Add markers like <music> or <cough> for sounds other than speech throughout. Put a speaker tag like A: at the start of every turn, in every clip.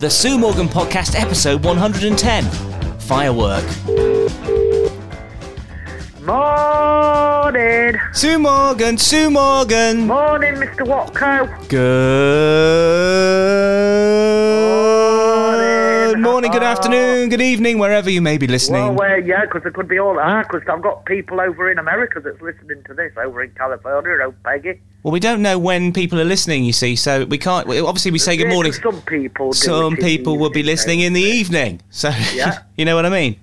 A: The Sue Morgan Podcast, episode 110 Firework.
B: Morning.
A: Sue Morgan, Sue Morgan.
B: Morning, Mr. Watco.
A: Good
B: Morning.
A: morning, good afternoon, good evening, wherever you may be
B: Well,
A: listening.
B: well, yeah, 'cause it could be all that. 'cause I've got people over in America that's listening to this, over in California, oh Peggy.
A: Well, we don't know when people are listening, you see, so we can't. well, Obviously, we say good
B: Yeah,
A: morning.
B: 'cause Some people. do
A: Some
B: it in
A: people
B: the
A: will be
B: evening,
A: listening in the evening, so
B: Yeah.
A: <laughs> you know what I mean.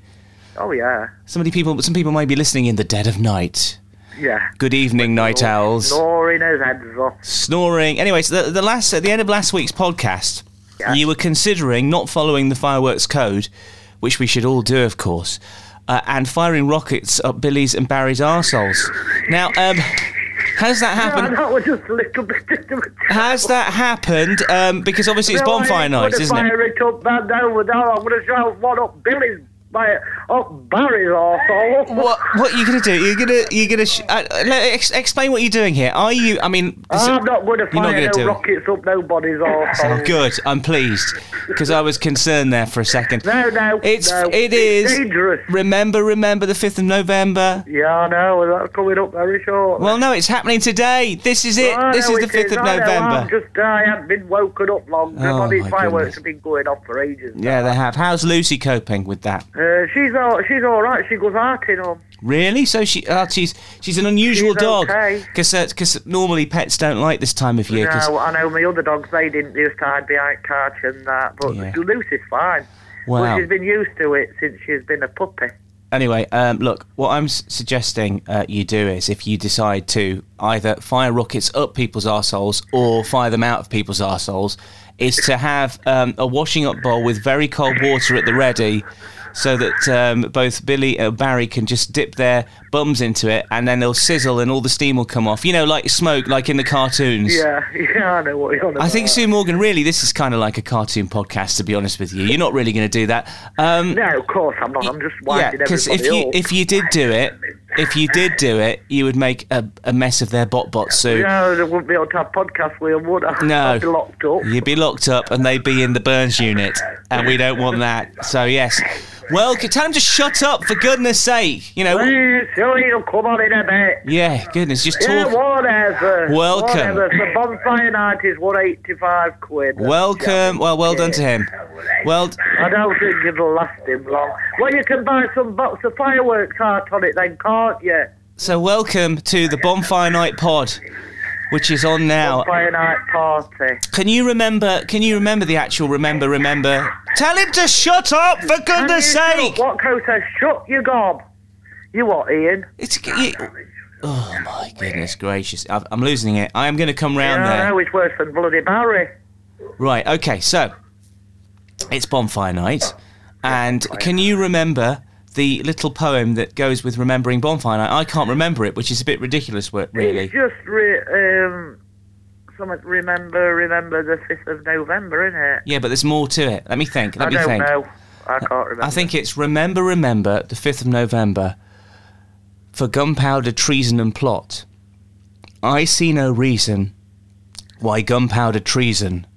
B: though. Oh yeah,
A: Somebody people, some people may be listening in the dead of night.
B: yeah.
A: Good evening, night owls.
B: Snoring his heads off.
A: snoring. Anyway, so the, the last at the end of last week's podcast,
B: Yeah.
A: you were considering not following the fireworks code, which we should all do, of course, uh, and firing rockets up Billy's and Barry's arseholes. Now, um, has that
B: And
A: happened?
B: that was <laughs> just a little bit.
A: Has that happened? Um, because obviously it's
B: No, I
A: bonfire
B: ain't
A: night,
B: gonna
A: isn't it?
B: fire it up that over there. I'm going to shout one up Billy's, by, up Barry's arsehole.
A: What what are you gonna do? You're gonna you're gonna sh- uh, uh, le- ex- explain what you're doing here. Are you? I mean, this-
B: I'm not going to
A: not
B: fire
A: gonna do
B: no
A: it.
B: rockets up nobody's
A: oh,
B: arsehole.
A: good. I'm pleased because I was concerned there for a second.
B: No, no,
A: It's
B: no.
A: it is
B: dangerous.
A: Remember, remember the fifth of November.
B: Yeah, I know. That's coming up very short.
A: Well, no, it's happening today. This is it.
B: I
A: this
B: know
A: is the
B: it
A: fifth of
B: I know,
A: November.
B: I'm just I haven't been woken up long.
A: Oh,
B: I mean,
A: my goodness.
B: fireworks have been going off for ages.
A: Yeah, they have. How's Lucy coping with that?
B: Uh, she's all she's all right. She goes arting on.
A: Really? So she, uh, she's she's an unusual
B: She's
A: dog
B: okay.
A: because normally pets don't like this time of year. 'cause-
B: no, I know my other dogs. They didn't this time behind catch and that, but
A: Yeah.
B: Lucy's fine.
A: Wow.
B: Well, she's been used to it since she's been a puppy. <laughs>
A: Anyway, um, look, what I'm s- suggesting uh, you do is if you decide to either fire rockets up people's arseholes or fire them out of people's arseholes, is to have um, a washing up bowl with very cold water at the ready so that um, both Billy and Barry can just dip their bums into it and then they'll sizzle and all the steam will come off. You know, like smoke, like in the cartoons.
B: Yeah, yeah, I know what you're on about.
A: I think Sue Morgan, really, this is kind of like a cartoon podcast, to be honest with you. You're not really going to do that. Um,
B: No, of course I'm not. I'm just
A: yeah,
B: winding
A: because
B: everybody
A: if you
B: up.
A: if you did do it, if you did do it, you would make a, a mess of their bot bot Sue.
B: no, there wouldn't be able to have podcast with them, would I?
A: No.
B: <laughs> I'd be locked up.
A: You'd be locked up, and they'd be in the Burns unit, and we don't want that. So yes, well, c- tell them to shut up for goodness' sake. You know,
B: Please, Silly, you come on in a bit.
A: yeah, goodness, just
B: Yeah, uh,
A: talk.
B: whatever.
A: Welcome.
B: Whatever. The bonfire night is one eighty-five quid.
A: Welcome. Well, well done to him. Well, d-
B: I don't think it'll last him long. Well, you can buy some box of fireworks art on it, then, can't you?
A: so welcome to the Bonfire Night Pod, which is on now.
B: Fire night party.
A: Can you remember? Can you remember the actual remember? Remember? Tell him to shut up for
B: And you
A: goodness'
B: shut-
A: sake.
B: What coat says? Shut your gob. You what, Ian?
A: It's. You, oh my goodness gracious! I've, I'm losing it. I am going to come round
B: I
A: there.
B: know it's worse than bloody Barry.
A: Right. Okay. So it's bonfire night, and can you remember the little poem that goes with remembering bonfire night? I can't remember it, which is a bit ridiculous, wo- really.
B: It's just re- um, something. Remember, remember the fifth of November, isn't it?
A: Yeah, but there's more to it. Let me think. Let
B: I
A: me
B: don't
A: think.
B: know. I can't remember.
A: I think it's remember, remember the fifth of November. For gunpowder, treason, and plot. I see no reason why gunpowder treason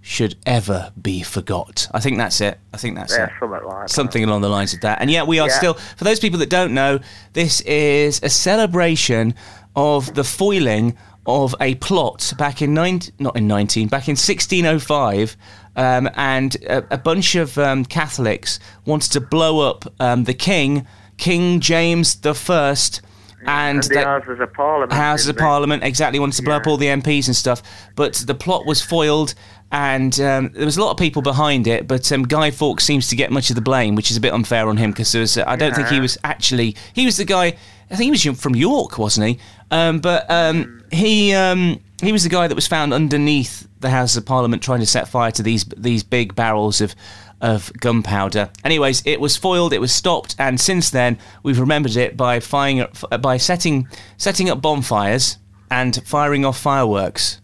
A: should ever be forgot. I think that's it. I think that's
B: yeah,
A: it.
B: something like that.
A: Something along the lines of that. And yet, we are
B: Yeah.
A: still, for those people that don't know, this is a celebration of the foiling of a plot back in nine, not in 19, back in 1605. Um, and a, a bunch of um, Catholics wanted to blow up um, the king, King James the First, and
B: The
A: they-
B: Houses of Parliament.
A: Houses of
B: didn't they?
A: Parliament exactly wanted to blow up all the MPs and stuff, but the plot was foiled, and um, there was a lot of people behind it. But um, Guy Fawkes seems to get much of the blame, which is a bit unfair on him because there was, uh, I don't think he was actually he was the guy. I think he was from York, wasn't he? Um, but um, he um, he was the guy that was found underneath the Houses of Parliament trying to set fire to these these big barrels of. Of gunpowder. Anyways, it was foiled. It was stopped, and since then we've remembered it by firing up, uh, by setting setting up bonfires and firing off fireworks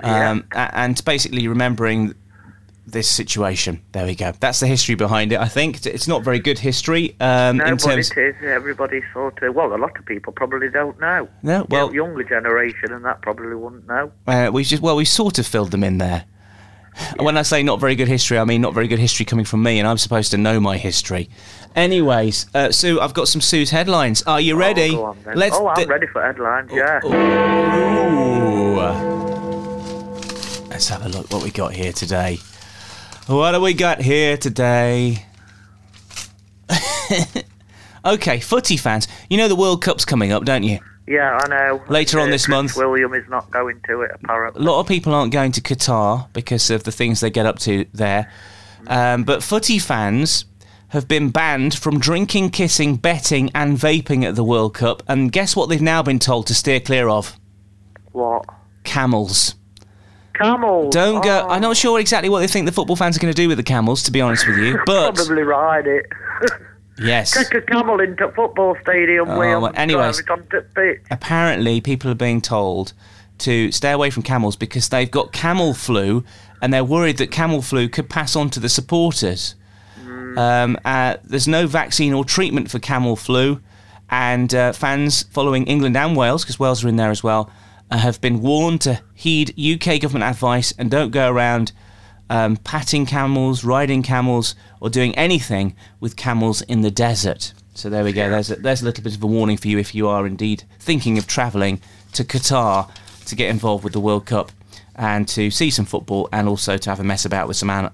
A: um, a- and basically remembering this situation. There we go. That's the history behind it. I think It's- it's not very good history um,
B: No,
A: in
B: but
A: terms.
B: it is. Everybody sort of. Well, a lot of people probably don't know.
A: No, well,
B: The younger generation and that probably wouldn't know.
A: uh, we just well we sort of filled them in there. When I say not very good history, I mean not very good history coming from me, and I'm supposed to know my history. Anyways, uh, Sue, I've got some Sue's headlines. Are you ready? Oh,
B: Oh, go on, then. oh I'm
A: d-
B: ready for headlines, yeah.
A: Ooh. Oh. Let's have a look what we got here today. What do we got here today? <laughs> okay, footy fans. You know the World Cup's coming up, don't you?
B: Yeah, I know.
A: Later on
B: Yeah,
A: this
B: Chris
A: month.
B: William is not going to it, apparently.
A: A lot of people aren't going to Qatar because of the things they get up to there. Um, but footy fans have been banned from drinking, kissing, betting, and vaping at the World Cup. And guess what they've now been told to steer clear of?
B: What?
A: Camels.
B: Camels.
A: Don't go.
B: Oh,
A: I'm not sure exactly what they think the football fans are going to do with the camels, to be honest with you.
B: <laughs>
A: But
B: Probably ride it.
A: yes,
B: Take a camel into football stadium,
A: Oh,
B: William.
A: well,
B: and
A: anyways.
B: drive it onto the pitch.
A: apparently people are being told to stay away from camels because they've got camel flu and they're worried that camel flu could pass on to the supporters. Um, uh, there's no vaccine or treatment for camel flu, and uh, fans following England and Wales, because Wales are in there as well, uh, have been warned to heed UK government advice and don't go around um, patting camels, riding camels, or doing anything with camels in the desert. So there we go. There's a, there's a little bit of a warning for you if you are indeed thinking of travelling to Qatar to get involved with the World Cup and to see some football and also to have a mess about with some an-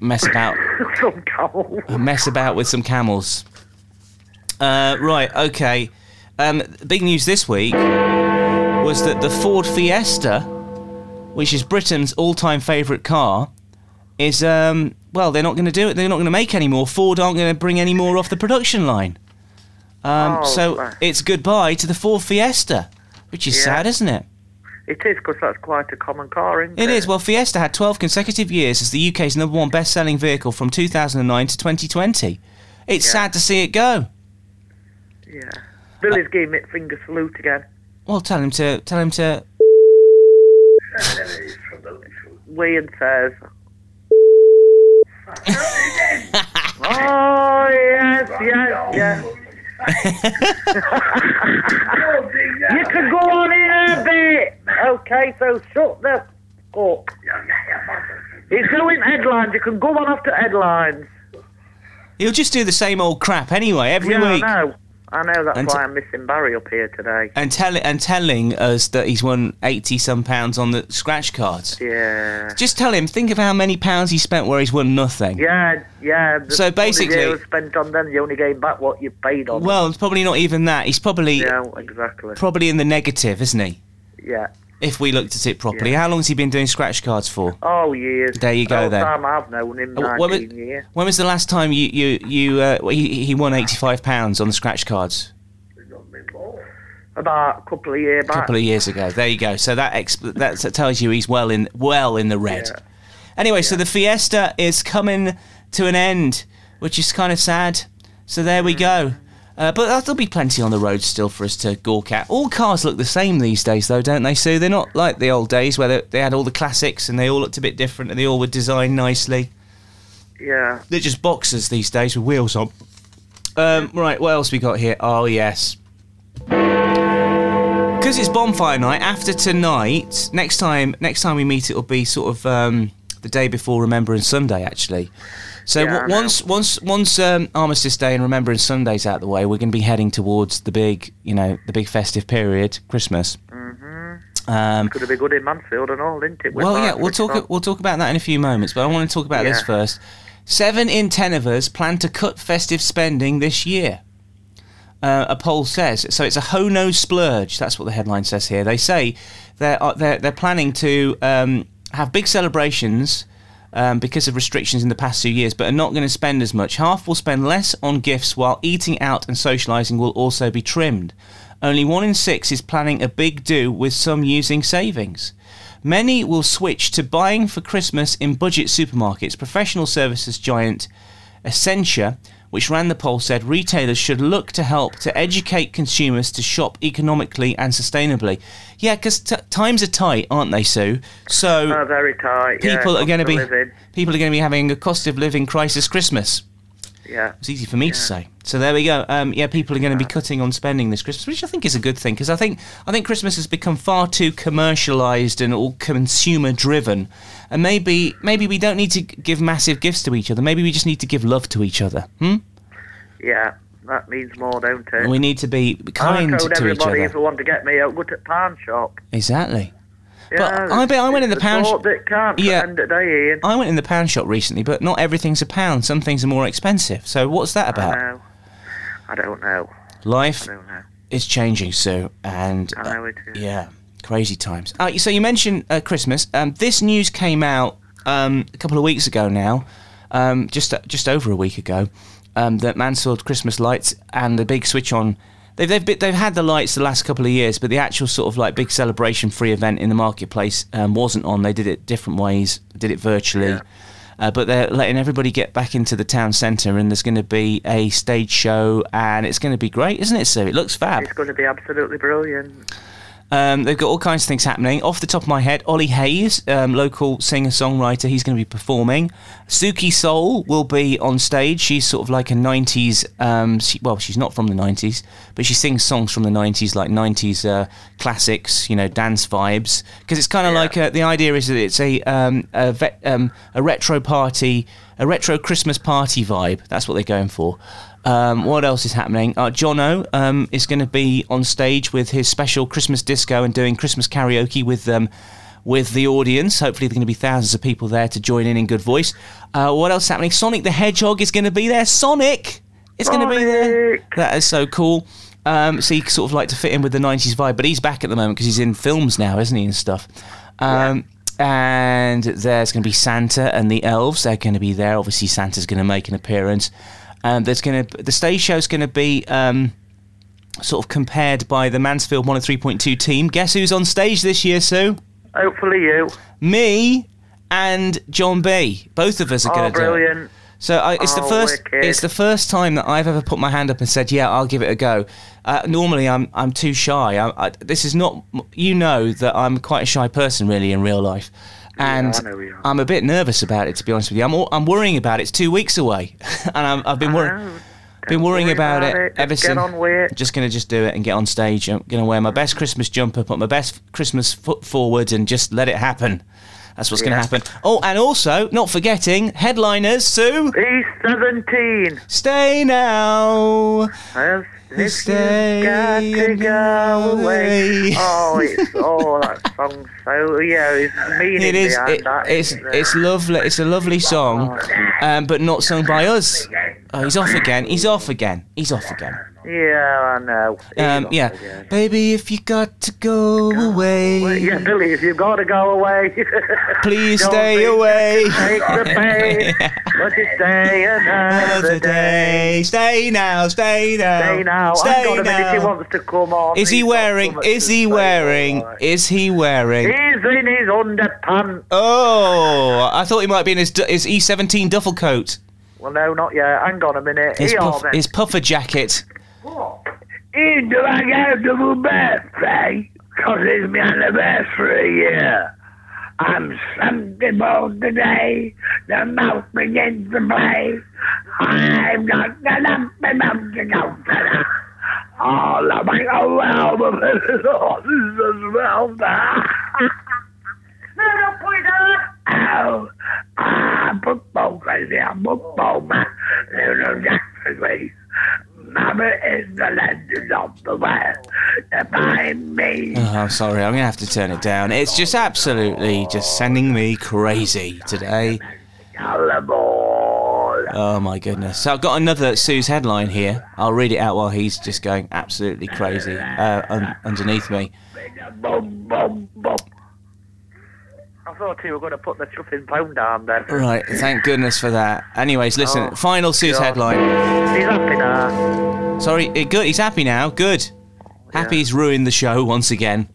A: mess about
B: <laughs> Some camel.
A: mess about with some camels. Uh, right, okay. Um, big news this week was that the Ford Fiesta, which is Britain's all-time favourite car, is um, well, they're not going to do it. They're not going to make any more. Ford aren't going to bring any more off the production line. Um,
B: Oh,
A: so
B: bless.
A: it's goodbye to the Ford Fiesta, which is
B: Yeah.
A: sad, isn't it?
B: It is, because that's quite a common car, isn't
A: It
B: it?
A: is. Well, Fiesta had 12 consecutive years as the UK's number one best selling vehicle from 2009 to 2020. It's
B: Yeah.
A: sad to see it go.
B: Yeah. Billy's giving it finger salute again.
A: Well, tell him to. Tell him
B: <laughs>
A: to.
B: Wayne
A: <laughs>
B: says. oh, yes, yes, yes. you can go on in a bit. Okay, so shut the fuck. It's doing headlines. You can go on after headlines.
A: He'll just do the same old crap anyway every
B: Yeah, I
A: week,
B: know. I know. That's
A: And
B: why
A: t-
B: I'm missing Barry up here today.
A: and tell and telling us that he's won eighty some pounds on the scratch cards.
B: Yeah.
A: Just tell him. Think of how many pounds he spent where he's won nothing.
B: Yeah, yeah. the
A: So
B: money
A: basically-
B: you spent on them, you only gain back what you paid on.
A: Well, it's probably not even that. He's probably
B: them. yeah, exactly.
A: probably in the negative, isn't he?
B: yeah.
A: If we looked at it properly, how long has he been doing scratch cards for?
B: Oh, years.
A: There you go,
B: Whole
A: then.
B: Time I've known him,
A: Uh,
B: 19
A: when was-
B: years.
A: When was the last time you you you uh, he, he won eighty five pounds on the scratch cards?
B: About a couple of years
A: A
B: back.
A: couple of years ago. There you go. So that exp- that that tells you he's well in well in the red.
B: Yeah.
A: Anyway, so the fiesta is coming to an end, which is kind of sad. So there
B: Mm.
A: we go. Uh, but there'll be plenty on the road still for us to gawk at. All cars look the same these days, though, don't they, Sue? They're not like the old days where they, they had all the classics and they all looked a bit different and they all were designed nicely.
B: yeah.
A: They're just boxers these days with wheels on. Um, right, what else we got here? Oh, yes. Because it's bonfire night, after tonight, next time next time we meet, it'll be sort of um, the day before Remembrance Sunday, actually. So
B: Yeah, I
A: w-
B: know.
A: once once once um, Armistice Day and Remembrance Sunday's out the way, we're going to be heading towards the big, you know, the big festive period, Christmas. Mm-hmm. Um,
B: Could have been good in Mansfield and all, didn't it? with
A: well, yeah,
B: Mark
A: we'll
B: Richmond?
A: talk. We'll talk about that in a few moments. But I want to talk about this
B: Yeah.
A: first. Seven in ten of us plan to cut festive spending this year. Uh, a poll says so. It's a ho no splurge. That's what the headline says here. They say they're uh, they're, they're planning to um, have big celebrations. Um, because of restrictions in the past two years, but are not going to spend as much. Half will spend less on gifts, while eating out and socialising will also be trimmed. Only one in six is planning a big do, with some using savings. Many will switch to buying for Christmas in budget supermarkets. Professional services giant Essentia, which ran the poll, said retailers should look to help to educate consumers to shop economically and sustainably. Yeah, because t- times are tight, aren't they, Sue? So
B: Oh, very tight. yeah,
A: people are
B: cost
A: going to
B: of
A: be
B: living.
A: people are going to be having a cost of living crisis Christmas.
B: Yeah.
A: It's easy for me to say. So there we go. Um, yeah, people are going to be cutting on spending this Christmas, which I think is a good thing because I think I think Christmas has become far too commercialised and all consumer driven, and maybe maybe we don't need to g- give massive gifts to each other. Maybe we just need to give love to each other. Hmm?
B: Yeah. That means more, don't it?
A: And we need to be
B: I
A: kind
B: told
A: to each
B: everybody
A: other.
B: if they want to get me a good at pawn shop.
A: Exactly.
B: Yeah,
A: I bet I went in
B: it's
A: the pound
B: thought
A: sh-
B: that can't
A: Yeah.
B: end the day, Ian.
A: I went in the pound shop recently, but not everything's a pound. Some things are more expensive. So what's that
B: I
A: about?
B: know. I don't know.
A: Life
B: I don't know.
A: is changing, Sue, and
B: I know it is.
A: Uh, Yeah, crazy times. Uh, so you mentioned uh, Christmas. Um, this news came out um, a couple of weeks ago now, um, just just over a week ago, um, that Mansfield Christmas lights and the big switch on. They've they've, been, they've had the lights the last couple of years, but the actual sort of like big celebration free event in the marketplace um, wasn't on. They did it different ways, did it virtually. Uh, but they're letting everybody get back into the town centre, and there's going to be a stage show, and it's going to be great, isn't it, Sue? It looks fab.
B: It's going to be absolutely brilliant.
A: Um, they've got all kinds of things happening. Off the top of my head, Ollie Hayes, um, local singer songwriter, he's going to be performing. Suki Soul will be on stage. She's sort of like a 90s, um, she, well, she's not from the 90s, but she sings songs from the 90s, like 90s uh, classics, you know, dance vibes. Because it's kind of like uh the idea is that it's a, um, a, vet, um, a retro party, a retro Christmas party vibe. That's what they're going for. Um, what else is happening? Uh, Jono um, is going to be on stage with his special Christmas disco and doing Christmas karaoke with um, with the audience. Hopefully, there are going to be thousands of people there to join in in good voice. Uh, what else is happening? Sonic the Hedgehog is going to be there. Sonic is going to be there.
B: Sonic!
A: That is so cool. Um, so he sort of like to fit in with the '90s vibe, but he's back at the moment because he's in films now, isn't he, and stuff. Um, And there's going to be Santa and the elves. They're going to be there. Obviously, Santa's going to make an appearance. And there's going to the stage show's going to be um, sort of compared by the Mansfield 103.2 team. Guess who's on stage this year, Sue?
B: Hopefully you.
A: Me and John B. Both of us are
B: Oh,
A: going to do it.
B: brilliant.
A: So I, it's the
B: Oh,
A: first.
B: wicked.
A: It's the first time that I've ever put my hand up and said, "Yeah, I'll give it a go." Uh, normally, I'm I'm too shy. I, I, this is not. You know that I'm quite a shy person, really, in real life, and
B: I know you are.
A: I'm a bit nervous about it. To be honest with you, I'm all- I'm worrying about it. It's two weeks away, <laughs> and I'm, I've been worrying.
B: Oh,
A: Been worrying
B: worry
A: about,
B: about
A: it,
B: it.
A: ever
B: Just get
A: since.
B: on with it.
A: Just gonna just do it and get on stage. I'm gonna wear my best Christmas jumper, put my best Christmas foot forward, and just let it happen. That's what's gonna
B: Yeah.
A: happen. Oh, and also, not forgetting headliners Sue.
B: He's 17.
A: Stay now.
B: Well, If
A: Stay
B: you got to
A: and
B: go
A: go away.
B: away. Oh,
A: <laughs>
B: it's oh that song's so yeah, it's meaning
A: It is.
B: behind
A: It,
B: that.
A: it's it's lovely. It's a lovely song, um, but not sung by us. Oh, he's off again. He's off again. He's off again.
B: yeah, I know.
A: Um, yeah, baby, if you got to go
B: Yeah,
A: away,
B: Billy, if you've got to go away, <laughs>
A: please
B: don't
A: stay
B: be-
A: away. <laughs>
B: Take the pain, but you stay another
A: Another
B: day.
A: day. Stay now. Stay now.
B: Stay now. I've got a minute. He wants to come on.
A: Is he
B: He's got
A: wearing?
B: something
A: Is
B: to
A: he
B: say,
A: wearing?
B: all right.
A: Is he wearing?
B: He's in his underpants.
A: Oh, I thought he might be in his du- his E17 duffel coat.
B: Well, no, not yet. Hang on a minute.
A: His,
B: He
A: puff,
B: are then.
A: his puffer jacket.
B: In the bag out of my birthday, because it's my anniversary year. I'm something bold today, the mouth begins to play. I've got the lumpy mouth to go fella. All of my around the horses as well. Oh, ah, bookball crazy, I'm bookball man. Little Jackson, please. Mama is the legend of the world. To find me.
A: Oh, I'm sorry, I'm gonna have to turn it down. It's just absolutely just sending me crazy today.
B: Colourful.
A: Oh my goodness. So I've got another Sue's headline here. I'll read it out while he's just going absolutely crazy uh, un- underneath me.
B: Boom, boom, boom. I thought you were going to put the chuffing pound arm then.
A: Right, thank goodness for that. Anyways, listen,
B: Oh,
A: final Sue's
B: God.
A: headline.
B: He's happy now.
A: Sorry, it, good. He's happy now. Good. Happy's ruined the show once again.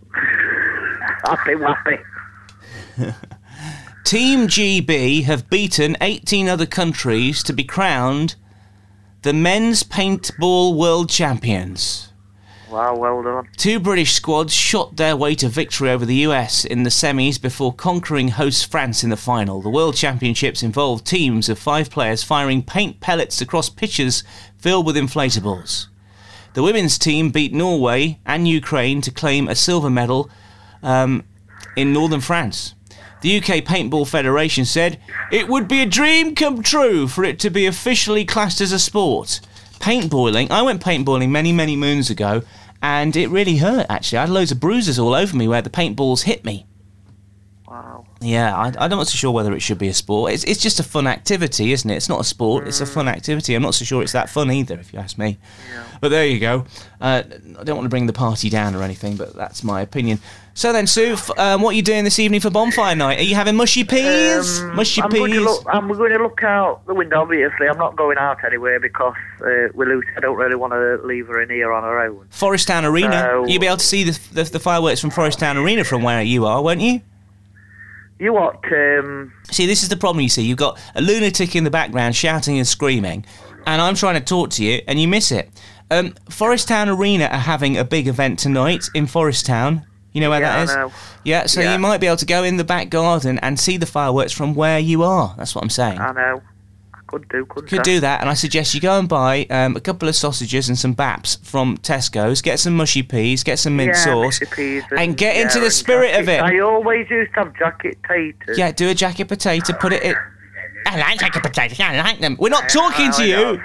B: Happy, happy.
A: Team GB have beaten 18 other countries to be crowned the men's paintball world champions.
B: Wow, well done.
A: Two British squads shot their way to victory over the US in the semis before conquering host France in the final. The World Championships involved teams of five players firing paint pellets across pitches filled with inflatables. The women's team beat Norway and Ukraine to claim a silver medal um, in northern France. The UK Paintball Federation said, It would be a dream come true for it to be officially classed as a sport. Paintballing, I went paintballing many, many moons ago, and it really hurt actually. I had loads of bruises all over me where the paintballs hit me.
B: Wow.
A: Yeah, I, I'm not so sure whether it should be a sport. It's, it's just a fun activity, isn't it? It's not a sport, it's a fun activity. I'm not so sure it's that fun either, if you ask me. But there you go. Uh, I don't want to bring the party down or anything, but that's my opinion. So then, Sue, f- um, what are you doing this evening for bonfire night? Are you having mushy peas?
B: Um,
A: mushy
B: I'm
A: peas?
B: Going to look, I'm going to look out the window, obviously. I'm not going out anywhere because uh, with Lucy, I don't really want to leave her in here on her own.
A: Forest Town Arena.
B: No.
A: You'll be able to see the, the, the fireworks from Forest Town Arena from where you are, won't you?
B: You what? Um,
A: See, this is the problem you see. You've got a lunatic in the background shouting and screaming, and I'm trying to talk to you, and you miss it. Um, Forest Town Arena are having a big event tonight in Forest Town. You know where
B: Yeah, I
A: that is?
B: know.
A: Yeah, so
B: Yeah.
A: you might be able to go in the back garden and see the fireworks from where you are. That's what I'm saying.
B: I know. I could do, couldn't
A: Could
B: I?
A: do that, and I suggest you go and buy um, a couple of sausages and some baps from Tesco's, get some mushy peas, get some mint
B: yeah,
A: sauce,
B: Mr. Peas
A: and get into
B: yeah,
A: the
B: and
A: spirit of
B: jacket-
A: it.
B: I always used to have jacket taters.
A: Yeah, do a jacket potato, put it in. I like jacket potatoes, I like them. We're not talking to
B: I
A: you!
B: know.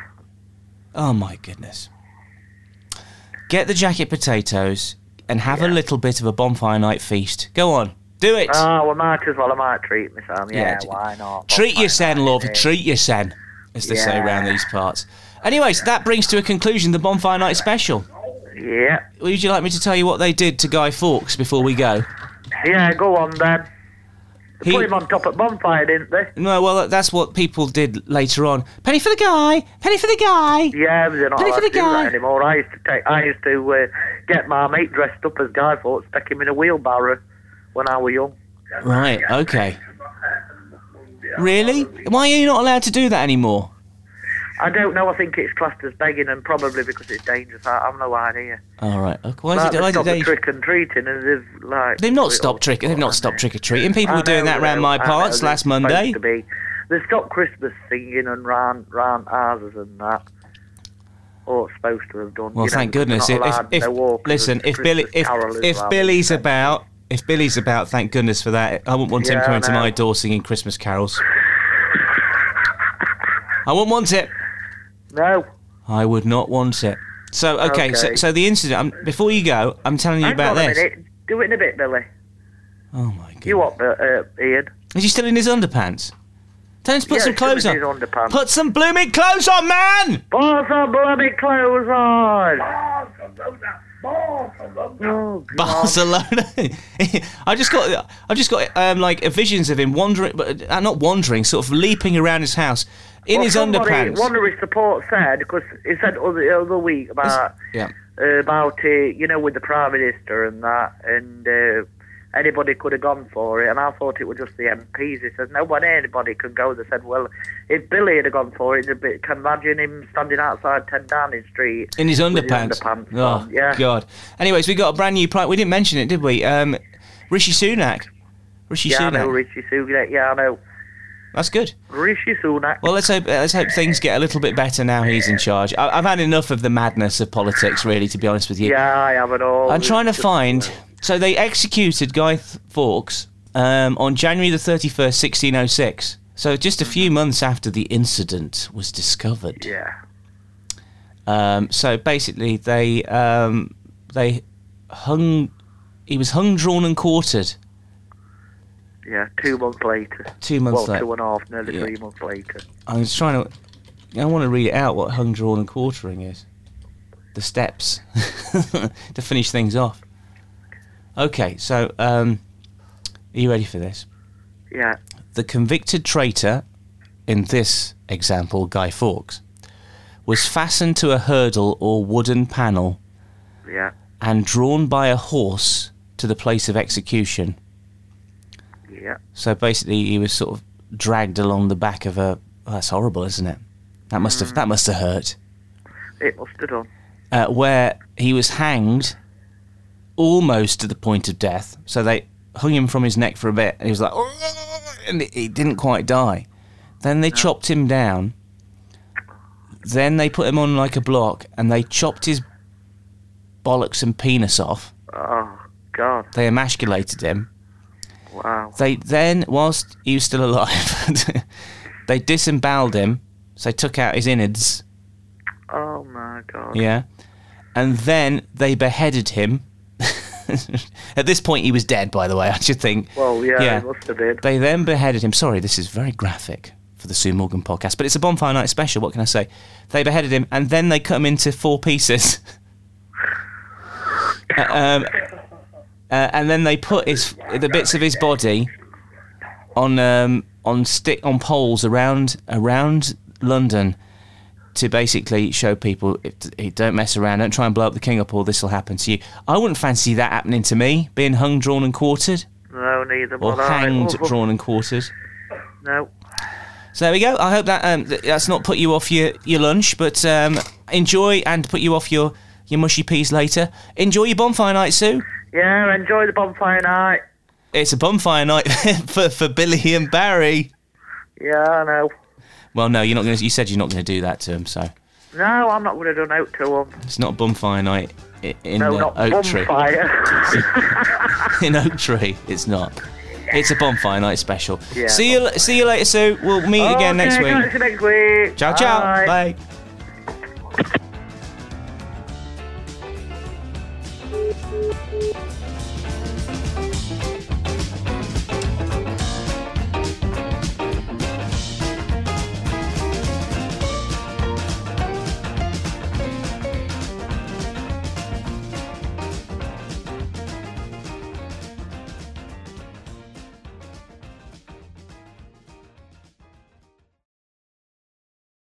A: Oh my goodness. Get the jacket potatoes and have a little bit of a bonfire night feast. Go on, do it.
B: Oh, I might as well. I might treat myself.
A: Yeah,
B: Yeah,
A: j-
B: why not?
A: treat
B: Bonfire
A: your sen,
B: night,
A: love.
B: eh?
A: Treat your sen, as they say around
B: Yeah.
A: these parts. Anyways, that brings to a conclusion the bonfire night special.
B: Yeah.
A: Would you like me to tell you what they did to Guy Fawkes before we go?
B: Yeah, go on then. They
A: He-
B: Put him on top at bonfire, didn't they?
A: No, well, that's what people did later on. Penny for the guy! Penny for the guy!
B: Yeah, they're not
A: Play for
B: allowed
A: the
B: to do
A: guy.
B: that anymore. I used to take, I used to uh, get my mate dressed up as Guy Fawkes, stick him in a wheelbarrow when I was young.
A: Right, okay. Really? Why are you not allowed to do that anymore?
B: I don't know. I think it's classed as begging, and probably because it's dangerous. I, I've no idea.
A: All Oh, right. Okay. Why,
B: Like,
A: is it, why
B: they
A: did
B: stopped the
A: they?
B: trick and treating, and they've like
A: They've not stopped trick. They've not stopped trick or treating. People were
B: I
A: doing
B: know,
A: that round
B: I
A: my
B: know,
A: parts
B: they're
A: last
B: supposed
A: Monday.
B: to be. They stopped Christmas singing and round round houses and that. Or it's supposed to have done.
A: Well,
B: you know,
A: thank
B: because they're
A: goodness. If,
B: not
A: if,
B: allowed
A: if
B: no walkers
A: listen,
B: and
A: if Billy,
B: Christmas
A: if
B: carolers
A: if
B: rather.
A: Billy's about, if Billy's about, thank goodness for that. I wouldn't want him
B: Yeah, I
A: coming to
B: know.
A: my door singing Christmas carols. I wouldn't want it.
B: no,
A: I would not want it. So okay, So,
B: Okay.
A: so the incident. i before you go, I'm telling you
B: hang
A: about
B: on a
A: this.
B: minute. Do it in a bit, Billy.
A: Oh my god!
B: You what, uh, Ian?
A: Is he still in his underpants? Tell him to put
B: Yeah,
A: some
B: still
A: clothes on.
B: in his underpants.
A: Put some blooming clothes on, man!
B: Put the bloody clothes on. Oh, God.
A: Barcelona. <laughs> I just got, I just got um, like visions of him wandering, but uh, not wandering, sort of leaping around his house in
B: Well,
A: his
B: somebody-
A: underpants.
B: One of his support said because he said other other week about
A: yeah.
B: uh, about it, you know, with the prime minister and that, and uh, anybody could have gone for it. And I thought it was just the MPs. He said nobody, anybody could go. They said, well, if Billy had gone for it, it'd be, can imagine him standing outside Ten Downing Street
A: In his
B: with
A: underpants.
B: underpants
A: oh
B: on, yeah.
A: God. Anyways, we got a brand new prime. We didn't mention it, did we? Um, Rishi Sunak. Rishi
B: Yeah, I know
A: Sunak.
B: Rishi Sunak. Yeah, I know
A: That's good.
B: Rishi Sunak.
A: Well, let's hope uh, let's hope things get a little bit better now he's in charge. I, I've had enough of the madness of politics, really, to be honest with you.
B: yeah, I have it all.
A: I'm trying to
B: It's just-
A: find. So they executed Guy Th- Fawkes um, on January the 31st, 1606. So just a few months after the incident was discovered.
B: Mm-hmm. Yeah.
A: Um, so basically, they um, they hung. He was hung, drawn, and quartered.
B: Yeah, two months later.
A: Two months
B: well,
A: later.
B: two and a half, nearly
A: Yeah.
B: three months later.
A: I was trying to. I want to read it out what hung, drawn, and quartering is. The steps <laughs> to finish things off. Okay, so um, are you ready for this?
B: Yeah.
A: the convicted traitor, in this example, Guy Fawkes, was fastened to a hurdle or wooden panel
B: Yeah.
A: and drawn by a horse to the place of execution.
B: Yeah.
A: So basically, he was sort of dragged along the back of a. Oh, that's horrible, isn't it? That must have that must have hurt.
B: It must have done.
A: uh, where he was hanged almost to the point of death. So they hung him from his neck for a bit, and he was like, and he didn't quite die. Then they chopped him down. Then they put him on like a block, and they chopped his bollocks and penis off.
C: Oh God!
A: They emasculated him.
C: Wow.
A: They then, whilst he was still alive, <laughs> they disemboweled him. So they took out his innards.
C: Oh my God.
A: Yeah. And then they beheaded him. <laughs> At this point, he was dead, by the way, I should think.
C: Well, yeah, it must have been.
A: They then beheaded him. Sorry, this is very graphic for the Sue Morgan podcast, but it's a bonfire night special. What can I say? They beheaded him, and then they cut him into four pieces. <laughs> Uh, um, uh, and then they put his the bits of his body on um, on stick on poles around around London to basically show people if, if don't mess around, don't try and blow up the king up, or this will happen to you. I wouldn't fancy that happening to me, being hung, drawn, and quartered,
C: No, neither.
A: or
C: would I.
A: hanged,
C: Oh,
A: drawn, and quartered.
C: No.
A: So there we go. I hope that um, th- that's not put you off your, your lunch, but um, enjoy and put you off your, your mushy peas later. Enjoy your bonfire night, Sue.
C: Yeah, enjoy the bonfire night.
A: It's a bonfire night <laughs> for, for Billy and Barry.
C: Yeah, I know.
A: Well, no, you're not going. to You said you're not going to do that to him, so
C: No, I'm not going to do out to them.
A: it's not bonfire night i- in
C: No,
A: the
C: not
A: oak tree.
C: bonfire.
A: <laughs> in oak tree. It's not. It's a bonfire night special.
C: Yeah,
A: see you. See you later, Sue. We'll meet again next
C: <laughs> Okay,
A: week.
C: catch you next week.
A: Ciao, ciao.
C: Bye.
A: Bye.